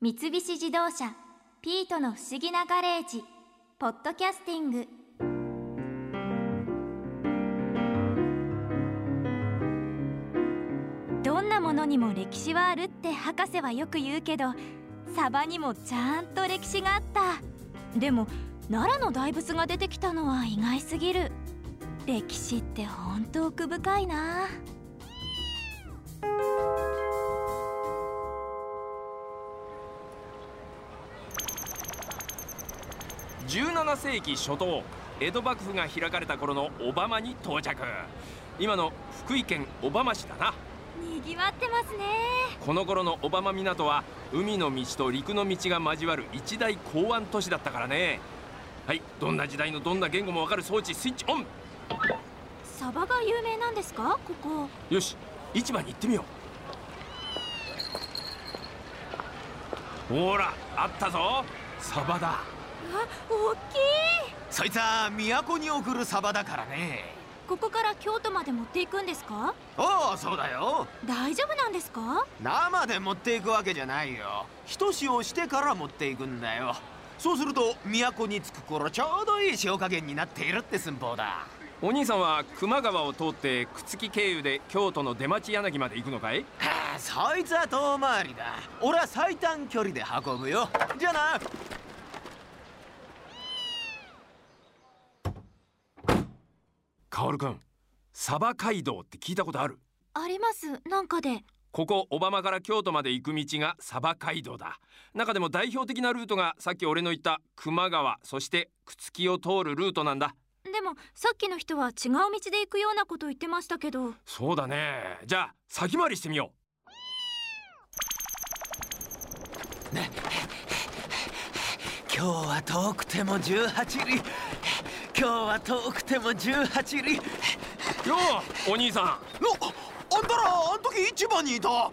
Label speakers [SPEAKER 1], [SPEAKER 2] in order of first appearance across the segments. [SPEAKER 1] 三菱自動車「ピートの不思議なガレージ」「ポッドキャスティング」どんなものにも歴史はあるって博士はよく言うけどサバにもちゃんと歴史があったでも奈良の大仏が出てきたのは意外すぎる歴史って本当奥深いな
[SPEAKER 2] 17世紀初頭江戸幕府が開かれた頃の小浜に到着今の福井県小浜市だな
[SPEAKER 1] にぎわってますね
[SPEAKER 2] この頃の小浜港は海の道と陸の道が交わる一大港湾都市だったからねはいどんな時代のどんな言語もわかる装置スイッチオン
[SPEAKER 1] サバが有名なんですかここ
[SPEAKER 2] よし市場に行ってみようほらあったぞサバだ
[SPEAKER 1] あ大きい
[SPEAKER 3] そいつは都に送るサバだからね
[SPEAKER 1] ここから京都まで持っていくんですか
[SPEAKER 3] おおそうだよ
[SPEAKER 1] 大丈夫なんですか
[SPEAKER 3] 生で持っていくわけじゃないよひと塩してから持っていくんだよそうすると都に着く頃ちょうどいい塩加減になっているって寸法だ
[SPEAKER 2] お兄さんは球磨川を通って朽木経由で京都の出町柳まで行くのかい
[SPEAKER 3] はあそいつは遠回りだ俺は最短距離で運ぶよじゃあな
[SPEAKER 2] カオル君サバ街道って聞いたことある
[SPEAKER 1] ありますなんかで
[SPEAKER 2] ここ小浜から京都まで行く道がサバ街道だ中でも代表的なルートがさっき俺の言った球磨川そして朽木を通るルートなんだ
[SPEAKER 1] でもさっきの人は違う道で行くようなこと言ってましたけど
[SPEAKER 2] そうだねじゃあ先回りしてみよ
[SPEAKER 3] 今日は遠くても18里今日は遠くても18里
[SPEAKER 2] うようお兄さん
[SPEAKER 3] のあんたらあん時市場にいたど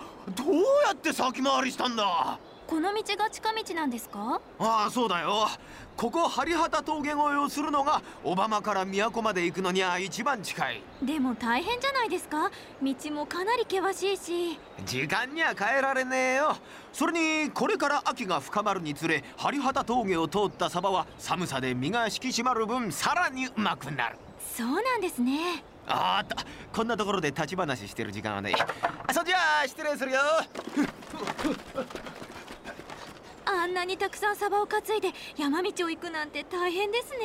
[SPEAKER 3] うやって先回りしたんだ
[SPEAKER 1] この道が近道なんですか
[SPEAKER 3] ああそうだよここ針畑峠越えをするのが小浜から都まで行くのには一番近い
[SPEAKER 1] でも大変じゃないですか道もかなり険しいし
[SPEAKER 3] 時間には変えられねえよそれにこれから秋が深まるにつれ針畑峠を通ったサバは寒さで身が引き締まる分さらにうまくなる
[SPEAKER 1] そうなんですね
[SPEAKER 3] あったこんなところで立ち話してる時間はねえそんじゃあ失礼するよ
[SPEAKER 1] あんなにたくさんサバを担いで山道を行くなんて大変ですね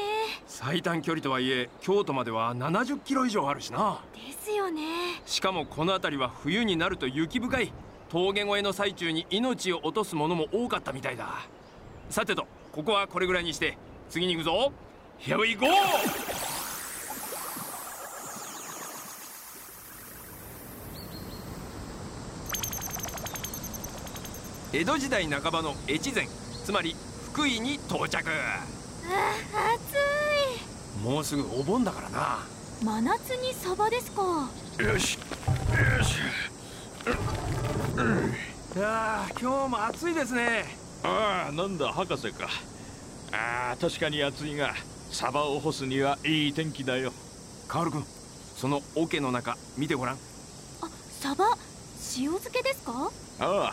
[SPEAKER 2] 最短距離とはいえ京都までは70キロ以上あるしな
[SPEAKER 1] ですよね
[SPEAKER 2] しかもこの辺りは冬になると雪深い峠越えの最中に命を落とすものも多かったみたいださてとここはこれぐらいにして次に行くぞ Here we go! 江戸時代半ばの越前つまり福井に到着
[SPEAKER 1] あ暑
[SPEAKER 2] もうすぐお盆だからない
[SPEAKER 1] 真夏にサバですか
[SPEAKER 2] あー今日も暑いですね
[SPEAKER 4] ああなんだ博士かああ確かに暑いがサバを干すにはいい天気だよ
[SPEAKER 2] カール君その桶の中見てごらん
[SPEAKER 1] あサバ塩漬けですか
[SPEAKER 4] ああ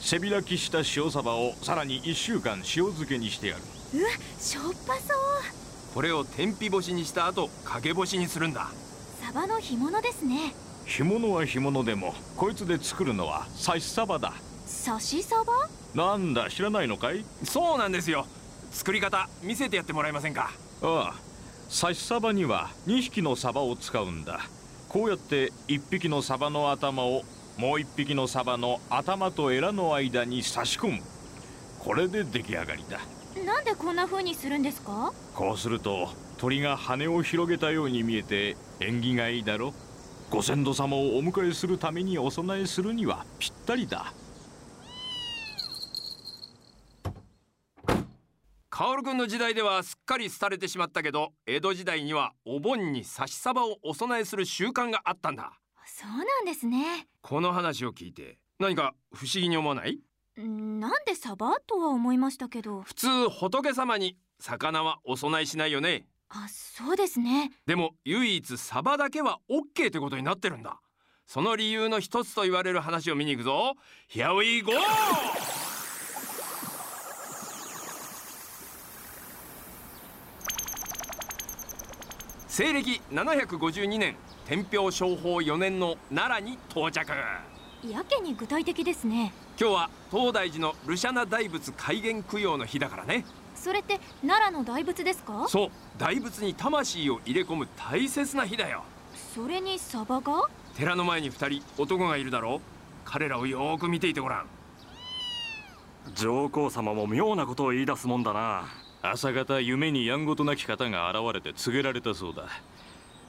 [SPEAKER 4] 背開きした塩サバをさらに1週間塩漬けにしてやる
[SPEAKER 1] うわしょっぱそう
[SPEAKER 2] これを天日干しにした後陰干しにするんだ
[SPEAKER 1] サバの干物ですね
[SPEAKER 4] 干物は干物でもこいつで作るのは刺しサバだ
[SPEAKER 1] 刺しサバ
[SPEAKER 4] なんだ知らないのかい
[SPEAKER 2] そうなんですよ作り方見せてやってもらえませんか
[SPEAKER 4] ああ刺しサバには2匹のサバを使うんだこうやって1匹のサバの頭をもう1匹のサバの頭とエラの間に差し込むこれで出来上がりだ
[SPEAKER 1] なんでこんな風にするんですか
[SPEAKER 4] こうすると鳥が羽を広げたように見えて縁起がいいだろご先祖様をお迎えするためにお供えするにはぴったりだ
[SPEAKER 2] カオル君の時代ではすっかり廃れてしまったけど江戸時代にはお盆に刺しサバをお供えする習慣があったんだ
[SPEAKER 1] そうなんですね
[SPEAKER 2] この話を聞いて何か不思議に思わない
[SPEAKER 1] んなんでサバとは思いましたけど
[SPEAKER 2] 普通仏様に魚はお供えしないよね
[SPEAKER 1] あそうですね
[SPEAKER 2] でも唯一サバだけは OK ってことになってるんだその理由の一つと言われる話を見に行くぞ Here we go! 西暦752年天平商法4年の奈良に到着
[SPEAKER 1] やけに具体的ですね
[SPEAKER 2] 今日は東大寺のルシャナ大仏開元供養の日だからね
[SPEAKER 1] それって奈良の大仏ですか
[SPEAKER 2] そう大仏に魂を入れ込む大切な日だよ
[SPEAKER 1] それにサバが
[SPEAKER 2] 寺の前に2人男がいるだろう彼らをよーく見ていてごらん
[SPEAKER 5] 上皇様も妙なことを言い出すもんだな
[SPEAKER 4] 朝方夢にやんごとなき方が現れて告げられたそうだ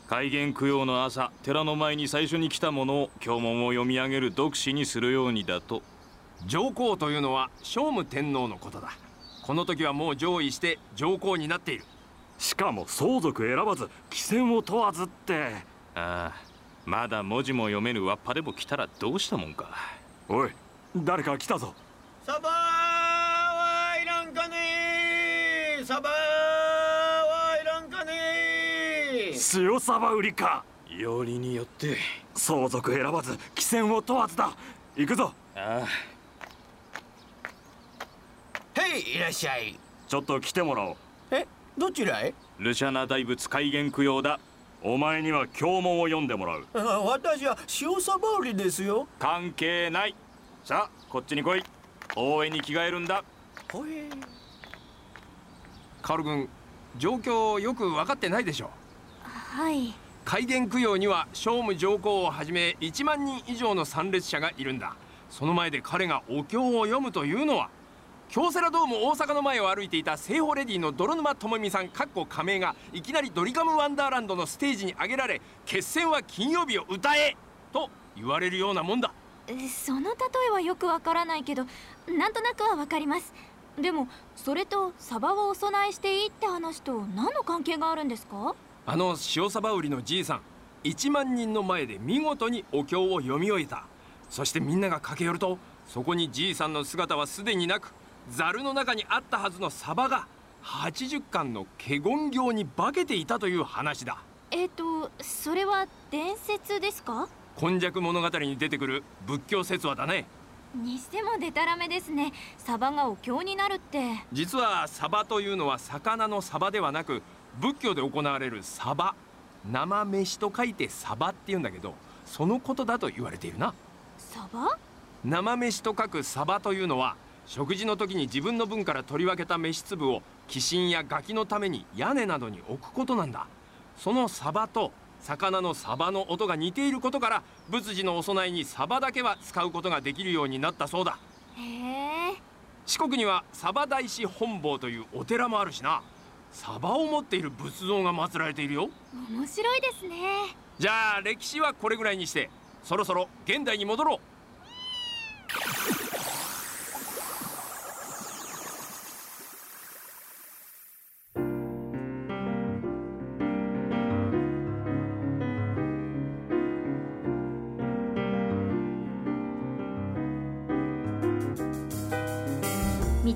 [SPEAKER 4] 開元供養の朝寺の前に最初に来たものを経文を読み上げる読師にするようにだと
[SPEAKER 2] 上皇というのは聖武天皇のことだこの時はもう上位して上皇になっている
[SPEAKER 5] しかも相続選ばず貴賤を問わずって
[SPEAKER 4] ああまだ文字も読めぬわっぱでも来たらどうしたもんか
[SPEAKER 5] おい誰か来たぞ
[SPEAKER 3] サバはいらんかねサバはいらんかね
[SPEAKER 5] 塩サバ売りか
[SPEAKER 4] よりによって
[SPEAKER 5] 相続選ばず貴賤を問わずだ行くぞ
[SPEAKER 4] ああ
[SPEAKER 3] へいいらっしゃい
[SPEAKER 5] ちょっと来てもらおう
[SPEAKER 3] えどちらへ
[SPEAKER 4] ルシャナ大仏開元供養だ
[SPEAKER 5] お前には経文を読んでもらう
[SPEAKER 3] あ私は塩サバ売りですよ
[SPEAKER 4] 関係ないさあこっちに来い応援に着替えるんだ
[SPEAKER 3] ほえ
[SPEAKER 2] カオル君状況をよく分かってないでしょ
[SPEAKER 1] はい
[SPEAKER 2] 開元供養には聖武上皇をはじめ1万人以上の参列者がいるんだその前で彼がお経を読むというのは京セラドーム大阪の前を歩いていた西宝レディの泥沼智美さんかっこ仮名がいきなりドリカムワンダーランドのステージに上げられ決戦は金曜日を歌えと言われるようなもんだ
[SPEAKER 1] えその例えはよくわからないけどなんとなくはわかりますでもそれとサバをお供えしていいって話と何の関係があるんですか
[SPEAKER 2] あの塩サバ売りのじいさん1万人の前で見事にお経を読み終えたそしてみんなが駆け寄るとそこにじいさんの姿はすでになくザルの中にあったはずのサバが80巻の華厳行に化けていたという話だ
[SPEAKER 1] えっ、とそれは伝説ですか
[SPEAKER 2] 今昔物語に出てくる仏教説話だね
[SPEAKER 1] にしてもデタラメですねサバがお経になるって
[SPEAKER 2] 実はサバというのは魚のサバではなく仏教で行われるサバ生飯と書いてサバっていうんだけどそのことだと言われているな
[SPEAKER 1] サバ
[SPEAKER 2] 生飯と書くサバというのは食事の時に自分の分から取り分けた飯粒を寄進やガキのために屋根などに置くことなんだそのサバと魚のサバの音が似ていることから仏事のお供えにサバだけは使うことができるようになったそうだ
[SPEAKER 1] へえ
[SPEAKER 2] 四国にはサバ大師本坊というお寺もあるしなサバを持っている仏像が祀られているよ
[SPEAKER 1] 面白いですね
[SPEAKER 2] じゃあ歴史はこれぐらいにしてそろそろ現代に戻ろう
[SPEAKER 1] 三